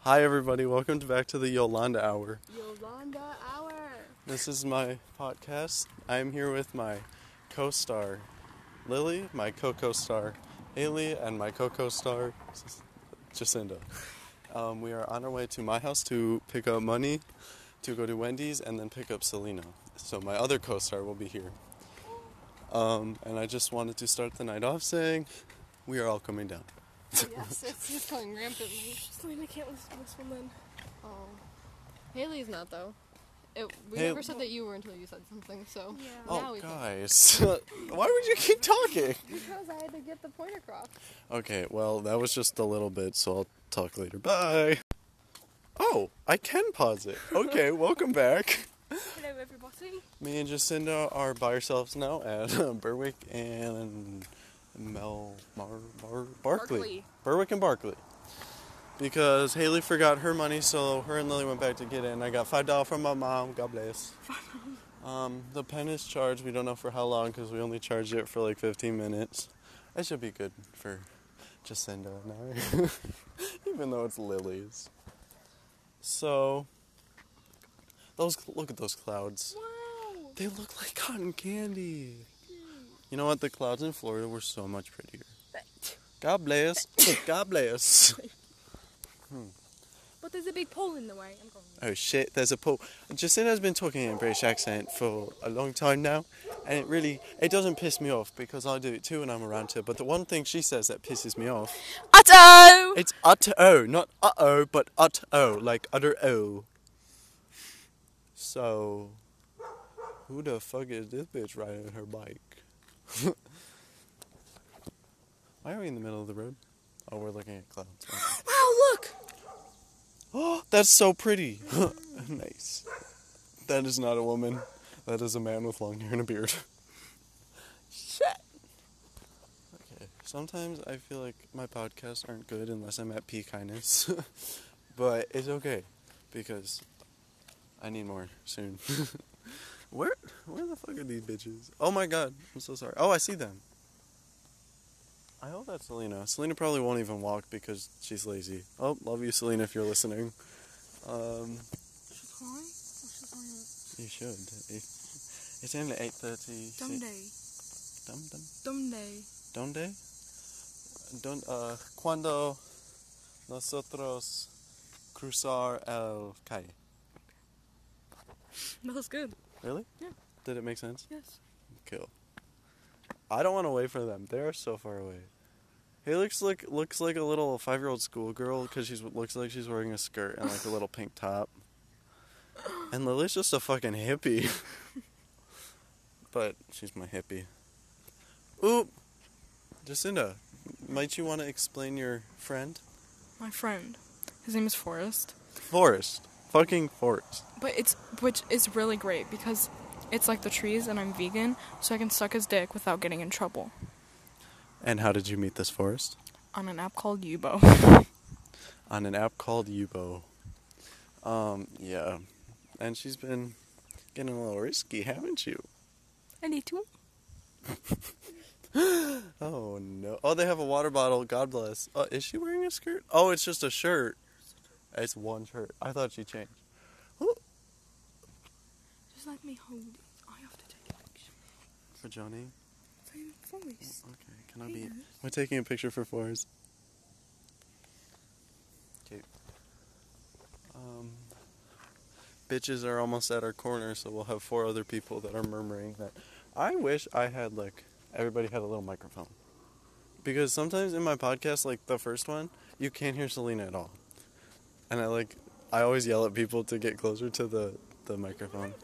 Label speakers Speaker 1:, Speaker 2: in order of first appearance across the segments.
Speaker 1: Hi, everybody. Welcome to back to the Yolanda Hour.
Speaker 2: Yolanda Hour.
Speaker 1: This is my podcast. I'm here with my co star, Lily, my co co star, Haley, and my co co star, Jacinda. Um, we are on our way to my house to pick up money to go to Wendy's and then pick up Selena. So, my other co star will be here. Um, and I just wanted to start the night off saying we are all coming down.
Speaker 2: yes, it's just going rampantly.
Speaker 3: Selena can't listen to this woman.
Speaker 2: Oh. Haley's not, though. It, we
Speaker 1: Hey-
Speaker 2: never said that you were until you said something, so.
Speaker 3: Yeah.
Speaker 2: Now
Speaker 1: Oh,
Speaker 2: we can.
Speaker 1: guys. Why would you keep talking?
Speaker 2: Because I had to get the point across.
Speaker 1: Okay, well, that was just a little bit, so I'll talk later. Bye. Oh, I can pause it. Okay, welcome back.
Speaker 3: Hello, everybody.
Speaker 1: Me and Jacinda are by ourselves now at uh, Berwick and Mel Mar, Bar, Barkley.
Speaker 2: Barkley.
Speaker 1: Berwick and Barkley. Because Haley forgot her money, so her and Lily went back to get it, and I got five dollars from my mom. God bless. Um, the pen is charged. We don't know for how long because we only charged it for like 15 minutes. That should be good for Jacinda and I, even though it's Lily's. So, those look at those clouds.
Speaker 3: Wow.
Speaker 1: They look like cotton candy. You know what? The clouds in Florida were so much prettier. God bless. God bless.
Speaker 3: But there's a big pole in the way. I'm going.
Speaker 1: Oh shit, there's a pool. Jacinda's been talking in a British accent for a long time now, and it really it doesn't piss me off because I do it too when I'm around her. But the one thing she says that pisses me off
Speaker 3: Otto.
Speaker 1: it's utter o, not uh oh, but ut o, like utter o. So, who the fuck is this bitch riding her bike? Why are we in the middle of the road? Oh, we're looking at clouds. Okay.
Speaker 3: Wow, look.
Speaker 1: Oh, that's so pretty. nice. That is not a woman. That is a man with long hair and a beard.
Speaker 3: Shit.
Speaker 1: Okay. Sometimes I feel like my podcasts aren't good unless I'm at peak kindness. but it's okay because I need more soon. where where the fuck are these bitches? Oh my god, I'm so sorry. Oh I see them. I hope that's Selena. Selena probably won't even walk because she's lazy. Oh, love you, Selena, if you're listening. Um,
Speaker 3: She's high. Or she's on
Speaker 1: you should. It's it's only eight thirty.
Speaker 3: a dumb day.
Speaker 1: Dum dum.
Speaker 3: Dumb day.
Speaker 1: ¿Dónde? Don, uh, cuando nosotros cruzar el calle.
Speaker 3: That was good.
Speaker 1: Really?
Speaker 3: Yeah.
Speaker 1: Did it make sense?
Speaker 3: Yes.
Speaker 1: Cool. I don't want to wait for them. They are so far away. He looks like looks like a little five year old schoolgirl because she's looks like she's wearing a skirt and like a little pink top. And Lily's just a fucking hippie. but she's my hippie. Oop, Jacinda, might you want to explain your friend
Speaker 3: My friend, his name is Forrest,
Speaker 1: Forest? Fucking Forest.
Speaker 3: but it's which is really great because it's like the trees, and I'm vegan, so I can suck his dick without getting in trouble
Speaker 1: And how did you meet this Forest?
Speaker 3: on an app called Yubo.
Speaker 1: on an app called Yubo. Um, yeah. And she's been getting a little risky, haven't you?
Speaker 3: I need to.
Speaker 1: Oh no. Oh, they have a water bottle. God bless. Uh, is she wearing a skirt? Oh, it's just a shirt. It's one shirt. I thought she changed. Oh,
Speaker 3: Just let me hold it. I have to take a picture.
Speaker 1: for Johnny.
Speaker 3: Same voice.
Speaker 1: Okay, can I be? We're taking a picture for fours. Okay. Um, bitches are almost at our corner, so we'll have four other people that are murmuring that. I wish I had like everybody had a little microphone, because sometimes in my podcast, like the first one, you can't hear Selena at all, and I like I always yell at people to get closer to the the microphone.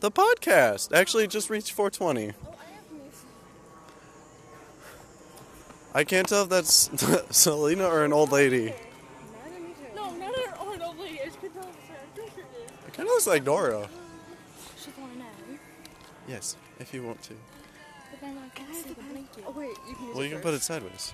Speaker 1: The podcast actually it just reached 420.
Speaker 3: Oh, I have music.
Speaker 1: I can't tell if that's Selena or an old lady.
Speaker 3: No, not an old old lady. It's been over.
Speaker 1: It kind of looks like Dora.
Speaker 3: She's going out.
Speaker 1: Yes, if you want to.
Speaker 3: But then I can see the blanket.
Speaker 2: Oh, wait, you can use
Speaker 1: Well,
Speaker 2: it
Speaker 1: you can
Speaker 2: first.
Speaker 1: put it sideways.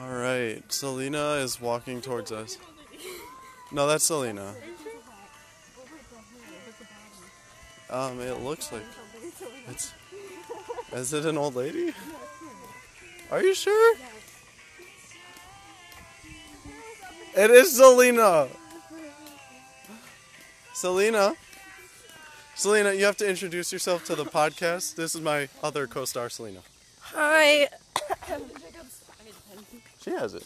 Speaker 1: All right, Selena is walking towards us. No, that's Selena. Um, it looks like it's. Is it an old lady? Are you sure? It is Selena. Selena. Selena, you have to introduce yourself to the podcast. This is my other co-star, Selena.
Speaker 4: Hi.
Speaker 1: She has it.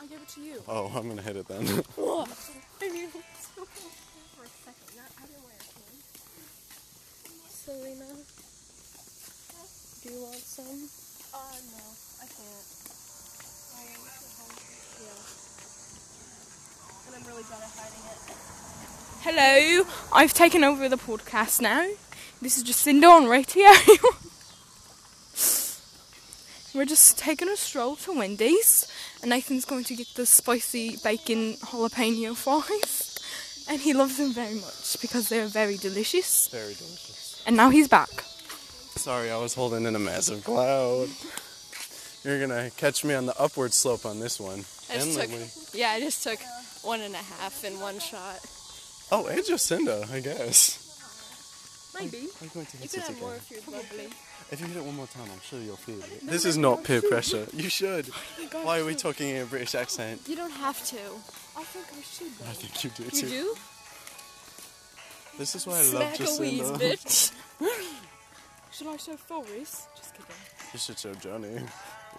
Speaker 2: I give it to you.
Speaker 1: Oh, I'm gonna hit it then.
Speaker 2: Selena. Do you want some?
Speaker 4: Uh, no, I can't. I am Yeah. And I'm really bad at hiding it.
Speaker 3: Hello, I've taken over the podcast now. This is Jacinda on radio. We're just taking a stroll to Wendy's, and Nathan's going to get the spicy bacon jalapeno fries. And he loves them very much because they're very delicious.
Speaker 1: Very delicious.
Speaker 3: And now he's back.
Speaker 1: Sorry, I was holding in a massive cloud. You're gonna catch me on the upward slope on this one.
Speaker 2: I just took,
Speaker 1: Emily.
Speaker 2: yeah, I just took one and a half in one shot.
Speaker 1: Oh, and Jacinda, I guess.
Speaker 2: Maybe.
Speaker 1: I'm going to
Speaker 2: You
Speaker 1: hit
Speaker 2: could
Speaker 1: it
Speaker 2: have
Speaker 1: again.
Speaker 2: more if you're bubbly.
Speaker 1: If you hit it one more time, I'm sure you'll feel it. This is not peer pressure. You should.
Speaker 2: Oh
Speaker 1: Why are we talking in a British accent?
Speaker 2: You don't have to.
Speaker 4: I think I should.
Speaker 1: I think you do
Speaker 2: You
Speaker 1: too.
Speaker 2: do?
Speaker 1: This is why I love
Speaker 2: Smack a wheeze,
Speaker 1: Jacinda.
Speaker 2: bitch.
Speaker 3: Should I show Thoris? Just kidding.
Speaker 1: You should show Johnny.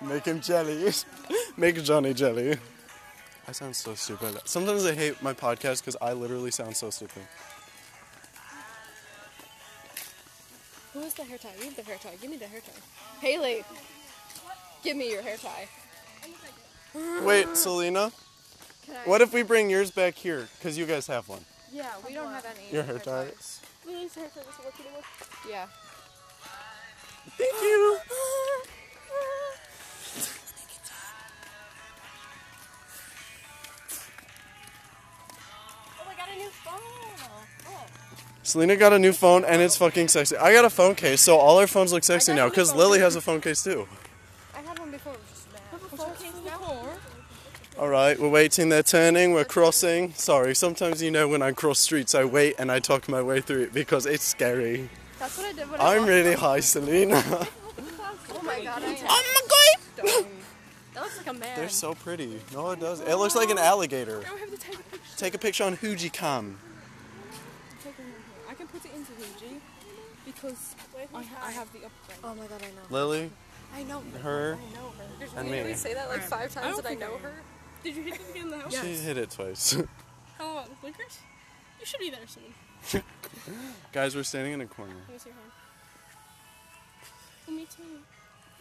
Speaker 1: Make him jelly. Make Johnny jelly. I sound so stupid. Sometimes I hate my podcast because I literally sound so stupid.
Speaker 2: Who has the hair tie? We have the hair tie. Give me the hair tie. Haley, give me your hair tie.
Speaker 1: Wait, Selena,
Speaker 2: Can I?
Speaker 1: what if we bring yours back here? Because you guys have one.
Speaker 2: Yeah, we don't have any.
Speaker 1: Your hair ties.
Speaker 4: Lily's hair doesn't work anymore.
Speaker 2: Yeah.
Speaker 1: Thank you.
Speaker 4: Oh, Oh, I got a new phone. Oh.
Speaker 1: Selena got a new phone and it's fucking sexy. I got a phone case, so all our phones look sexy
Speaker 2: got
Speaker 1: now
Speaker 2: a new
Speaker 1: because
Speaker 2: phone
Speaker 1: Lily has a phone case too.
Speaker 2: I had one before. It was just bad.
Speaker 1: All right, we're waiting, they're turning, we're crossing. Sorry, sometimes you know when I cross streets, I wait and I talk my way through it because it's scary.
Speaker 2: That's what I did when I
Speaker 1: I'm
Speaker 2: walked-
Speaker 1: really high, Selena.
Speaker 2: Oh my god, I am. That looks like a man.
Speaker 1: They're so pretty. No, it does. It looks like an alligator.
Speaker 3: Now we have to take a picture.
Speaker 1: Take a picture on Hujicam.
Speaker 3: Taking one here. I can put it into Ouija because I, ha- I have the upgrade.
Speaker 2: oh my god, I know.
Speaker 1: Lily,
Speaker 2: I know.
Speaker 1: her,
Speaker 2: I know her.
Speaker 1: and me.
Speaker 2: say that like five
Speaker 3: times that I know
Speaker 2: her.
Speaker 4: Did you hit it again in the house?
Speaker 1: She hit it twice.
Speaker 4: How long? Blinkers? Oh, You should be there soon.
Speaker 1: Guys, we're standing in a corner.
Speaker 4: Let me see your hand. Oh, me too.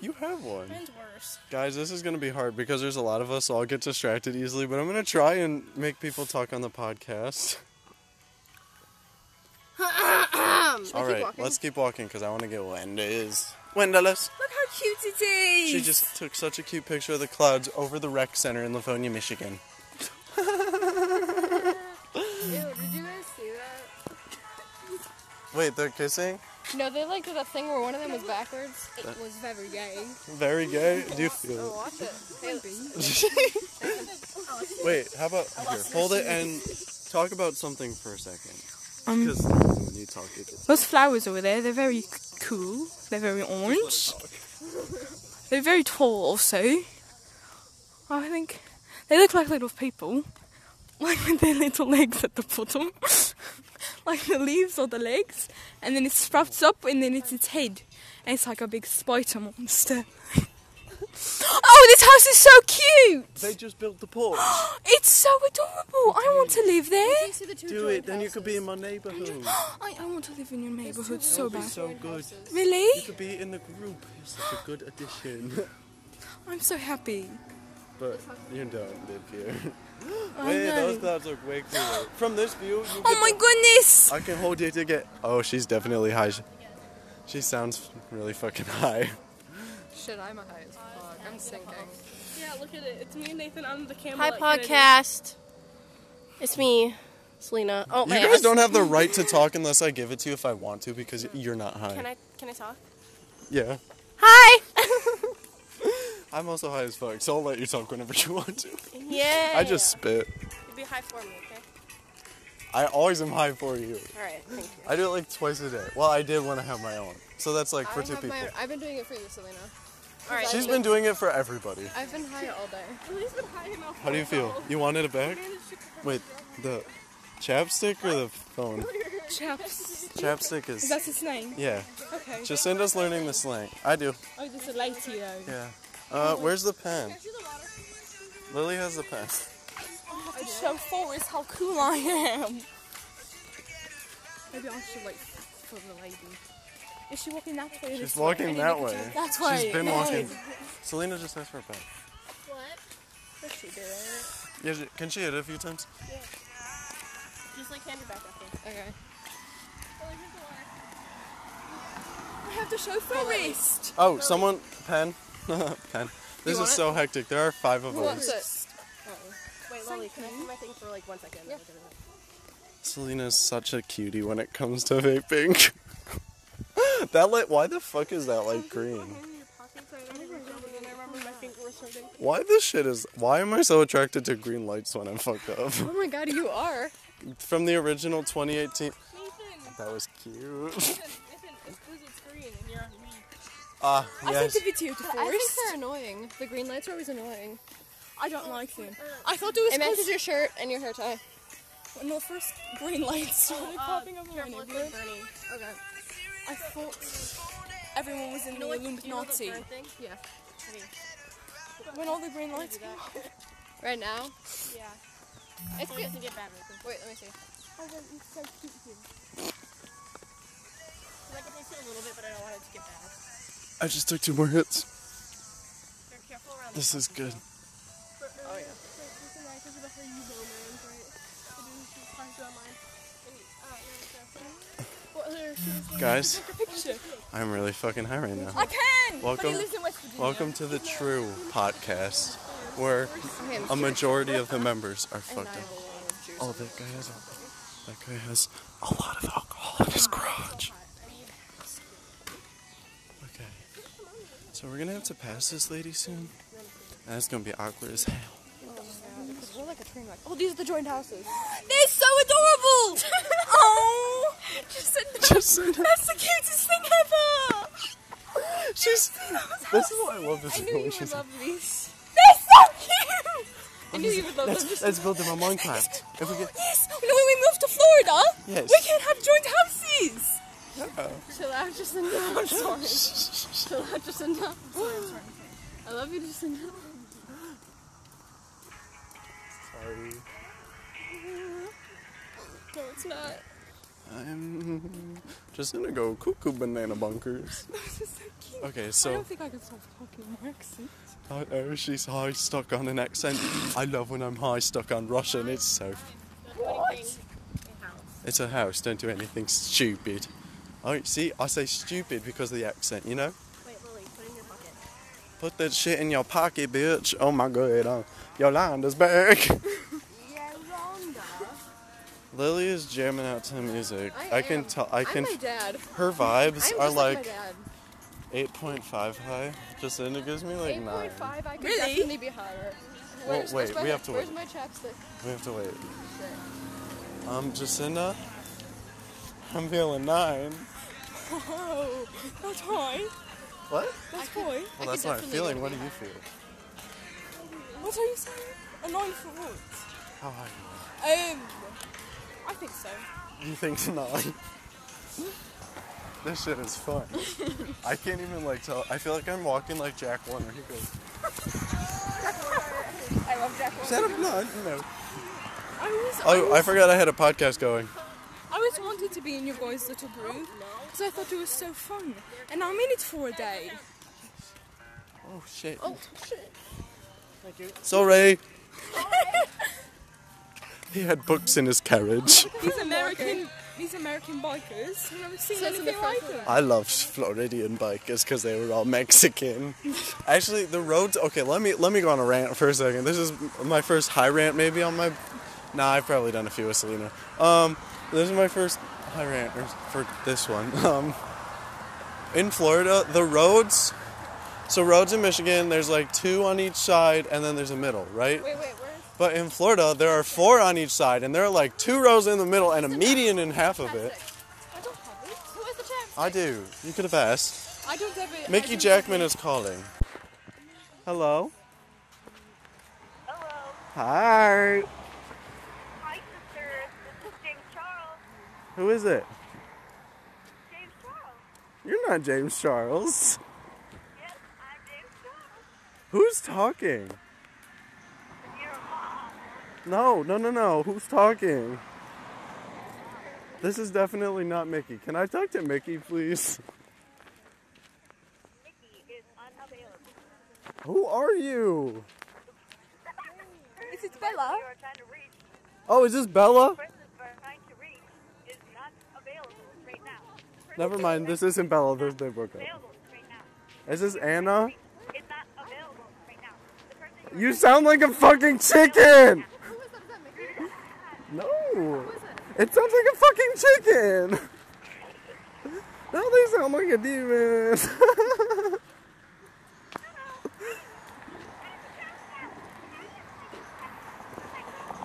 Speaker 1: You have one.
Speaker 4: Mine's worse.
Speaker 1: Guys, this is going to be hard because there's a lot of us, so I'll get distracted easily, but I'm going to try and make people talk on the podcast. All right,
Speaker 2: walking?
Speaker 1: let's keep walking because I want to get Wendy's. Wendy's.
Speaker 4: Look how cute it is.
Speaker 1: She just took such a cute picture of the clouds over the rec center in Livonia, Michigan.
Speaker 2: Ew, did you guys see that?
Speaker 1: Wait, they're kissing?
Speaker 2: No, they like did that thing where one of them was backwards. It was very gay.
Speaker 1: Very gay. Do you feel it?
Speaker 2: Oh, watch it. Haley.
Speaker 1: Wait, how about here? Hold it and talk about something for a second.
Speaker 3: Um,
Speaker 1: Because when you talk, it gets.
Speaker 3: Those flowers over there, they're very c- cool. They're very orange. They're very tall, also. I think they look like little people, like with their little legs at the bottom, like the leaves or the legs, and then it sprouts up and then it's its head, and it's like a big spider monster. oh, this house is so cute!
Speaker 1: They just built the porch.
Speaker 3: It's so adorable. I want to live there.
Speaker 2: See the two
Speaker 1: Do it, then you could be in my neighborhood.
Speaker 3: I, I want to live in your neighborhood
Speaker 1: That
Speaker 3: so
Speaker 1: would be
Speaker 3: bad.
Speaker 1: so good. You
Speaker 3: Really?
Speaker 1: could be in the group. You're such a good addition.
Speaker 3: I'm so happy.
Speaker 1: But you don't live here.
Speaker 3: I
Speaker 1: Wait,
Speaker 3: know.
Speaker 1: those clouds look way cooler. From this view, you
Speaker 3: Oh
Speaker 1: could-
Speaker 3: my goodness!
Speaker 1: I can hold you to get. Oh, she's definitely high. She- She sounds really fucking high.
Speaker 2: Shit, I'm a high as fuck. I'm sinking.
Speaker 4: Yeah, look at it. It's me and Nathan on the camera.
Speaker 5: Hi,
Speaker 4: at Kennedy.
Speaker 5: podcast. It's me, Selena. Oh,
Speaker 1: You
Speaker 5: my
Speaker 1: guys don't have the right to talk unless I give it to you if I want to because you're not high.
Speaker 5: Can I can I talk?
Speaker 1: Yeah.
Speaker 5: Hi.
Speaker 1: I'm also high as fuck, so I'll let you talk whenever you want to.
Speaker 5: yeah.
Speaker 1: I just spit.
Speaker 5: It'd be high for me, okay?
Speaker 1: I always am high for you.
Speaker 5: All right. Thank you.
Speaker 1: I do it like twice a day. Well, I did when I have my own. So that's like for
Speaker 2: I
Speaker 1: two
Speaker 2: have
Speaker 1: people.
Speaker 2: my. I've been doing it for you, Selena.
Speaker 5: All right.
Speaker 1: She's been doing it for everybody.
Speaker 2: I've been high all day.
Speaker 4: Lily's been hiding off
Speaker 1: How do you feel? You wanted it back? Wait, the chapstick or the phone?
Speaker 3: Chaps.
Speaker 1: Chapstick is.
Speaker 3: That's his name.
Speaker 1: Yeah.
Speaker 3: Okay.
Speaker 1: Just send us learning the slang. I do.
Speaker 3: Oh, this is a lady though.
Speaker 1: Yeah. Uh, where's the pen? Lily has the pen.
Speaker 3: I show Forrest how cool I am. Maybe I should wait for the lady. Is she walking that way? or
Speaker 1: She's
Speaker 3: this
Speaker 1: walking
Speaker 3: way?
Speaker 1: that way.
Speaker 3: That's why.
Speaker 1: She's been walking. Selena just asked for a pen.
Speaker 5: What?
Speaker 2: Does she do it?
Speaker 1: Yeah, she- can she hit it a few times?
Speaker 5: Just like hand it back after.
Speaker 2: Okay.
Speaker 3: I have to show Forrest.
Speaker 1: Oh, someone pen, pen. This
Speaker 2: want
Speaker 1: is
Speaker 2: it?
Speaker 1: so hectic. There are five of
Speaker 2: Who wants
Speaker 1: us.
Speaker 2: it?
Speaker 5: Wait, Lily, can I see my thing for like one second?
Speaker 2: Yeah.
Speaker 1: Selena's such a cutie when it comes to vaping. that light. Why the fuck is that light green? Why this shit is? Why am I so attracted to green lights when I'm fucked up?
Speaker 2: Oh my god, you are.
Speaker 1: From the original 2018. That was cute. Ah,
Speaker 3: I
Speaker 1: yes.
Speaker 3: sent a video to
Speaker 2: I think
Speaker 3: Forrest.
Speaker 2: they're annoying. The green lights are always annoying.
Speaker 3: I don't like them. I thought it was
Speaker 2: It matches
Speaker 3: because
Speaker 2: your shirt and your hair tie.
Speaker 3: when the first green light started popping
Speaker 5: uh,
Speaker 3: up on everyone,
Speaker 2: Okay.
Speaker 3: I thought everyone was in the Illuminati.
Speaker 2: Yeah.
Speaker 3: when all the green lights go up.
Speaker 2: Right now.
Speaker 4: Yeah.
Speaker 2: It's good.
Speaker 5: get bad
Speaker 2: Wait, let me see.
Speaker 5: Like it takes it a little bit, but I don't want it to get bad.
Speaker 1: I just took two more hits.
Speaker 5: They're careful around
Speaker 1: This is good.
Speaker 4: Oh yeah.
Speaker 3: uh,
Speaker 4: What other
Speaker 1: Guys, I'm really fucking high right now.
Speaker 3: I can. But
Speaker 1: Welcome-
Speaker 3: he lives in West Virginia.
Speaker 1: Welcome to the True Podcast, where
Speaker 2: Okay, I'm
Speaker 1: a
Speaker 2: sure-
Speaker 1: majority of the members are
Speaker 2: And
Speaker 1: fucked
Speaker 2: I
Speaker 1: up.
Speaker 2: love juice.
Speaker 1: Oh, that guy has a, that guy has a lot of alcohol in his garage. Okay, so we're gonna have to pass this lady soon, and it's gonna be awkward as hell.
Speaker 2: We're like a train wreck. Oh, these are the joined houses.
Speaker 3: They're so adorable. oh, just that's the cutest thing ever.
Speaker 1: She's. This is why I love this.
Speaker 3: I knew you
Speaker 1: She's
Speaker 3: would
Speaker 1: like,
Speaker 3: love these. They're so cute. I knew you would love them.
Speaker 1: Let's,
Speaker 3: Just Oh,
Speaker 1: let's build them on Minecraft. If we get,
Speaker 3: yes. When we move to Florida,
Speaker 1: Yes.
Speaker 3: we can have joint houses.
Speaker 2: Chill out, Jacinda. I'm sorry. Chill out, Jacinda. I love you, Jacinda.
Speaker 1: sorry,
Speaker 2: No, it's not.
Speaker 1: I'm just gonna go cuckoo banana bunkers.
Speaker 3: This is so cute.
Speaker 1: Okay,
Speaker 3: I
Speaker 1: so
Speaker 3: don't think I can stop talking in my accent.
Speaker 1: I know she's high stuck on an accent. I love when I'm high stuck on Russian. It's so.
Speaker 5: What?
Speaker 1: It's a house. Don't do anything stupid. I see. I say stupid because of the accent. You know.
Speaker 5: Wait, Lily, put it in your pocket.
Speaker 1: Put that shit in your pocket, bitch. Oh my god. Uh, Yolanda's back. Lily is jamming out to music. I, can
Speaker 2: am.
Speaker 1: tell. I can.
Speaker 2: I'm my dad.
Speaker 1: her
Speaker 2: I'm
Speaker 1: vibes
Speaker 2: just
Speaker 1: are
Speaker 2: like, my
Speaker 1: like
Speaker 2: dad.
Speaker 1: 8.5 high. Just and it gives me like nine.
Speaker 2: 8.5, I could
Speaker 3: Really?
Speaker 2: definitely be higher. Where's,
Speaker 1: wait,
Speaker 2: where's my
Speaker 1: we
Speaker 2: head-
Speaker 1: have to
Speaker 2: Where's
Speaker 1: wait.
Speaker 2: my chapstick?
Speaker 1: We have to wait. Um, Jacinda, I'm feeling nine.
Speaker 3: Oh, that's high.
Speaker 1: What?
Speaker 3: That's high.
Speaker 2: I
Speaker 1: Well, that's
Speaker 2: could
Speaker 1: not a
Speaker 2: definitely
Speaker 1: feeling.
Speaker 2: go
Speaker 1: What
Speaker 2: to
Speaker 1: do you
Speaker 2: rehab.
Speaker 1: feel?
Speaker 3: What are you saying? A nine for what?
Speaker 1: How high are
Speaker 3: Um, I think so.
Speaker 1: you? You think nine? this shit is fun. I can't even like tell. I feel like I'm walking like Jack Warner. He goes. I love Jack Warner. Is that a nine? No.
Speaker 3: I always,
Speaker 1: Oh, I forgot I had a podcast going.
Speaker 3: I always wanted to be in your guys' little group because I thought it was so fun, and I'm in it for a day.
Speaker 1: Oh shit. Oh shit. Thank you. Sorry. he had books in his carriage.
Speaker 3: These American, these American bikers, I've never seen
Speaker 2: So it's in the
Speaker 3: anything like
Speaker 2: front one.
Speaker 3: them.
Speaker 1: I loved Floridian bikers because they were all Mexican. Actually, the roads. Okay, let me let me go on a rant for a second. This is my first high rant, maybe on my. Nah, I've probably done a few with Selena. Um, this is my first high rant or for this one. Um, in Florida, the roads. So roads in Michigan, there's like two on each side, and then there's a middle, right?
Speaker 2: Wait, wait, where's
Speaker 1: But in Florida, there are four on each side, and there are like two rows in the middle and a median in half of it.
Speaker 2: I don't have it. Who is the chapstick?
Speaker 1: I do. You could have asked.
Speaker 2: I don't have it. I
Speaker 1: Mickey
Speaker 2: don't
Speaker 1: Jackman
Speaker 2: have
Speaker 1: is
Speaker 2: it.
Speaker 1: calling. Hello?
Speaker 6: Hello.
Speaker 1: Hi.
Speaker 6: Hi, sisters. This is James Charles.
Speaker 1: Who is it?
Speaker 6: James Charles.
Speaker 1: You're not James Charles.
Speaker 6: Yes, I'm James Charles.
Speaker 1: Who's talking?
Speaker 6: Your mom.
Speaker 1: No, no, no, no. Who's talking? This is definitely not Mickey. Can I talk to Mickey, please?
Speaker 6: Mickey is unavailable.
Speaker 1: Who are you?
Speaker 7: Mm. This is Bella.
Speaker 6: You are trying to reach.
Speaker 1: Oh, is this Bella?
Speaker 6: The person you are trying to reach is not available right now. The person
Speaker 1: Never
Speaker 6: you
Speaker 1: mind.
Speaker 6: are
Speaker 1: This isn't Bella. This
Speaker 6: trying
Speaker 1: they
Speaker 6: to
Speaker 1: broke
Speaker 6: reach is not
Speaker 1: up.
Speaker 6: Available right now.
Speaker 1: Is this Anna?
Speaker 6: It's not available right now. The person you
Speaker 1: You sound like a fucking chicken.
Speaker 7: Who is that? Is that Mickey?
Speaker 1: No. It sounds like a fucking chicken. Now they sound like a demon.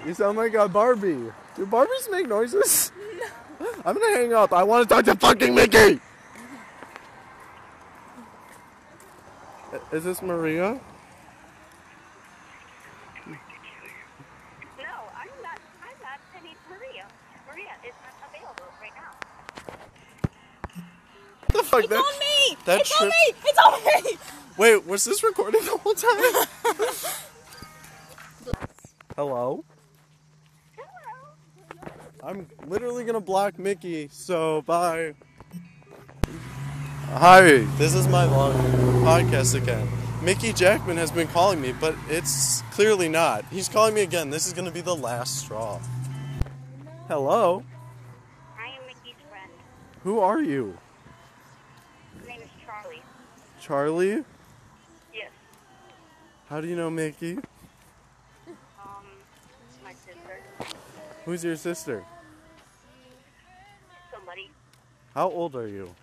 Speaker 1: you sound like a Barbie. Do Barbies make noises? I'm gonna hang up. I want to talk to fucking Mickey. I- Is this Maria?
Speaker 6: No, I'm not. I'm not. I need Maria. Maria is not available right now.
Speaker 3: the fuck? It's on me! That it's on me! Oh, It's on me! Wait, was this recording the whole time?
Speaker 1: Hello.
Speaker 6: Hello.
Speaker 1: I'm literally gonna block Mickey. So bye.
Speaker 3: Hi, this is my vlog podcast again. Mickey Jackman has been calling me, but it's clearly not. He's calling me again. This is gonna be the last straw.
Speaker 1: Hello.
Speaker 6: I am Mickey's friend.
Speaker 1: Who are you?
Speaker 6: His name is Charlie.
Speaker 1: Charlie?
Speaker 6: Yes.
Speaker 1: How do you know Mickey?
Speaker 6: Um, my sister.
Speaker 1: Who's your sister?
Speaker 6: Somebody.
Speaker 1: How old are you?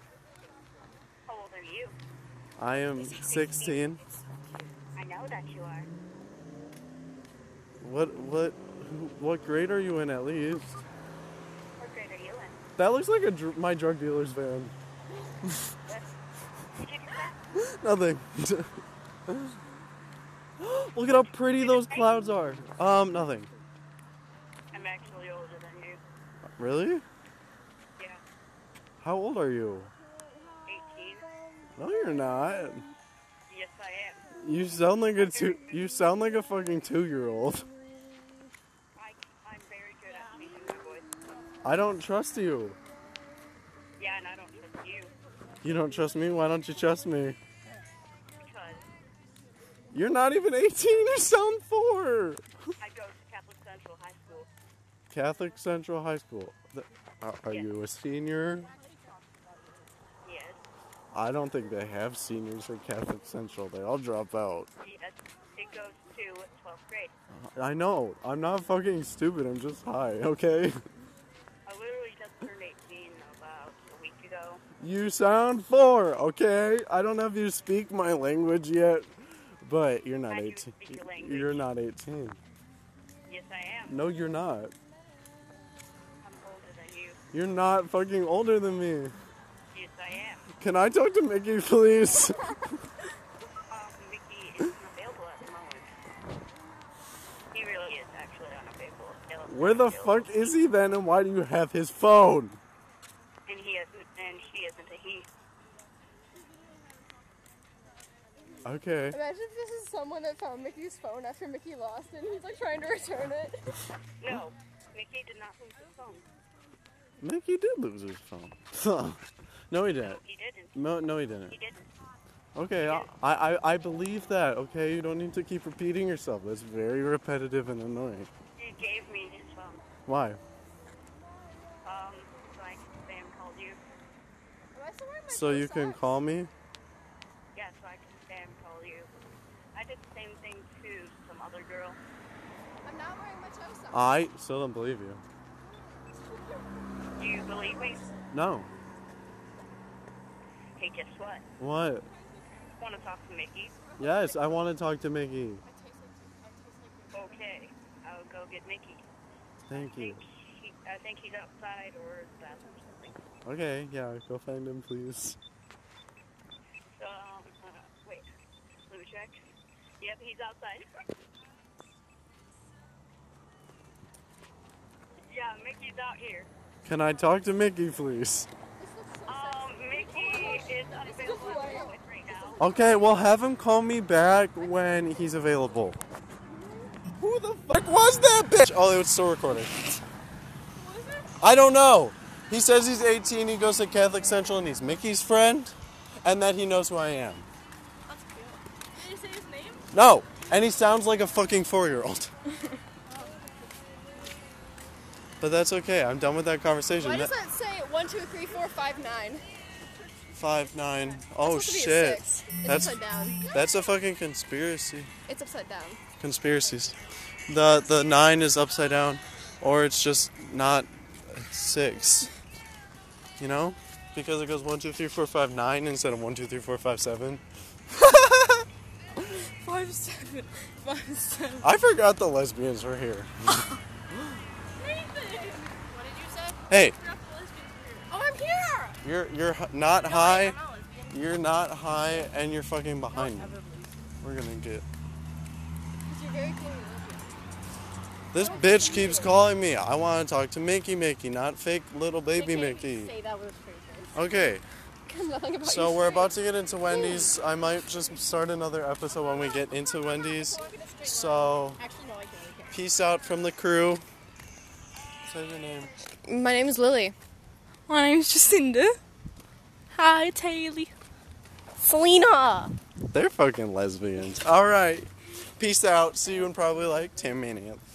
Speaker 6: How old are you?
Speaker 1: I am 16.
Speaker 6: I know that you are.
Speaker 1: What what who- what grade are you in at least?
Speaker 6: What grade are you in?
Speaker 1: That looks like a dr- my drug dealer's van.
Speaker 6: Did you do that?
Speaker 1: Nothing. Look at how pretty those clouds are. Um, nothing.
Speaker 6: I'm actually older than you.
Speaker 1: Really?
Speaker 6: Yeah.
Speaker 1: How old are you?
Speaker 6: 18.
Speaker 1: No, you're not.
Speaker 6: Yes, I am.
Speaker 1: You sound like a two. You sound like a fucking two-year-old.
Speaker 6: I, I'm very good at speaking my voice.
Speaker 1: I don't trust you.
Speaker 6: Yeah, and I don't trust you
Speaker 1: You don't trust me. Why don't you trust me?
Speaker 6: because
Speaker 1: You're not even 18. You sound four.
Speaker 6: I go to Catholic Central High School.
Speaker 1: Catholic Central High School. Th- Are are you a senior?
Speaker 6: Yes.
Speaker 1: I don't think they have seniors for Catholic Central. They all drop out.
Speaker 6: Yes. It goes to 12th grade.
Speaker 1: I know. I'm not fucking stupid. I'm just high. Okay.
Speaker 6: I literally just turned 18 about a week ago.
Speaker 1: You sound four. Okay. I don't know if you speak my language yet, but you're not
Speaker 6: I do
Speaker 1: 18.
Speaker 6: speak your language.
Speaker 1: You're not 18.
Speaker 6: Yes, I am.
Speaker 1: No, you're not.
Speaker 6: I'm older than you.
Speaker 1: You're not fucking older than me.
Speaker 6: Yes, I am.
Speaker 1: Can I talk to Mickey, please?
Speaker 6: Um, Mickey isn't available at the moment. He really is actually unavailable. Ill-
Speaker 1: Where the
Speaker 6: ill.
Speaker 1: fuck is he then, and why do you have his phone?
Speaker 6: And he isn't, and she isn't a he.
Speaker 1: Okay.
Speaker 2: Imagine if this is someone that found Mickey's phone after Mickey lost it and he's like trying to return it.
Speaker 6: No, Mickey did not lose his phone.
Speaker 1: Mickey did lose his phone. no, he didn't.
Speaker 6: He didn't.
Speaker 1: No, no, he
Speaker 6: He
Speaker 1: didn't.
Speaker 6: didn't.
Speaker 1: Okay, I, I, I believe that. Okay, you don't need to keep repeating yourself. That's very repetitive and annoying.
Speaker 6: He gave me his phone.
Speaker 1: Why?
Speaker 6: Um, so I can spam called you.
Speaker 1: So you can call me.
Speaker 6: Yeah, so I can spam call you. I did the same thing to some other girl.
Speaker 2: I'm not wearing my toe socks.
Speaker 1: I still don't believe you.
Speaker 6: Do you believe me?
Speaker 1: No.
Speaker 6: Hey, guess what?
Speaker 1: What?
Speaker 6: Want to talk to Mickey?
Speaker 1: Yes, I want to talk to Mickey.
Speaker 6: Okay, I'll go get Mickey.
Speaker 1: Thank
Speaker 6: I
Speaker 1: you.
Speaker 6: think, he, I think he's outside or the bathroom or something.
Speaker 1: Okay, yeah, go find him, please.
Speaker 6: So, um, uh, wait, let me check. Yep, he's outside. yeah, Mickey's out here.
Speaker 1: Can I talk to Mickey, please?
Speaker 6: Um, Mickey is unavailable at the moment right now.
Speaker 1: Okay, well, have him call me back when he's available. Who the fuck was that bitch? Oh, it was still recording. I don't know. He says he's 18, he goes to Catholic Central, and he's Mickey's friend, and that he knows who I am.
Speaker 4: Did you say his name?
Speaker 1: No! And he sounds like a fucking four year old. but that's okay, I'm done with that conversation.
Speaker 2: Why
Speaker 1: That-
Speaker 2: does that say one, two, three, four, five, nine?
Speaker 1: Five nine. Oh
Speaker 2: It's supposed to be a
Speaker 1: shit.
Speaker 2: six. It's
Speaker 1: That's
Speaker 2: upside down.
Speaker 1: that's a fucking conspiracy.
Speaker 2: It's upside down.
Speaker 1: Conspiracies. The the nine is upside down, or it's just not six. You know, because it goes one two three four five nine instead of one two three four five seven.
Speaker 3: Five seven. Five seven.
Speaker 1: I forgot the lesbians were here. Hey,
Speaker 4: Oh, I'm here!
Speaker 1: you're you're h- not high. You're not high, and you're fucking behind me. We're gonna get. This bitch keeps calling me. I want to talk to Mickey Mickey, not fake little baby Mickey.
Speaker 5: Say that was pretty
Speaker 1: Okay,
Speaker 2: Nothing about
Speaker 1: so
Speaker 2: you.
Speaker 1: we're about to get into Wendy's. I might just start another episode when we get into Wendy's. So,
Speaker 5: Actually, no, I don't really care.
Speaker 1: peace out from the crew. Say your name.
Speaker 2: My name is Lily.
Speaker 3: My name's Jacinda. Hi, Taylor.
Speaker 5: Selena!
Speaker 1: They're fucking lesbians. All right. Peace out. See you in probably like 10 minutes.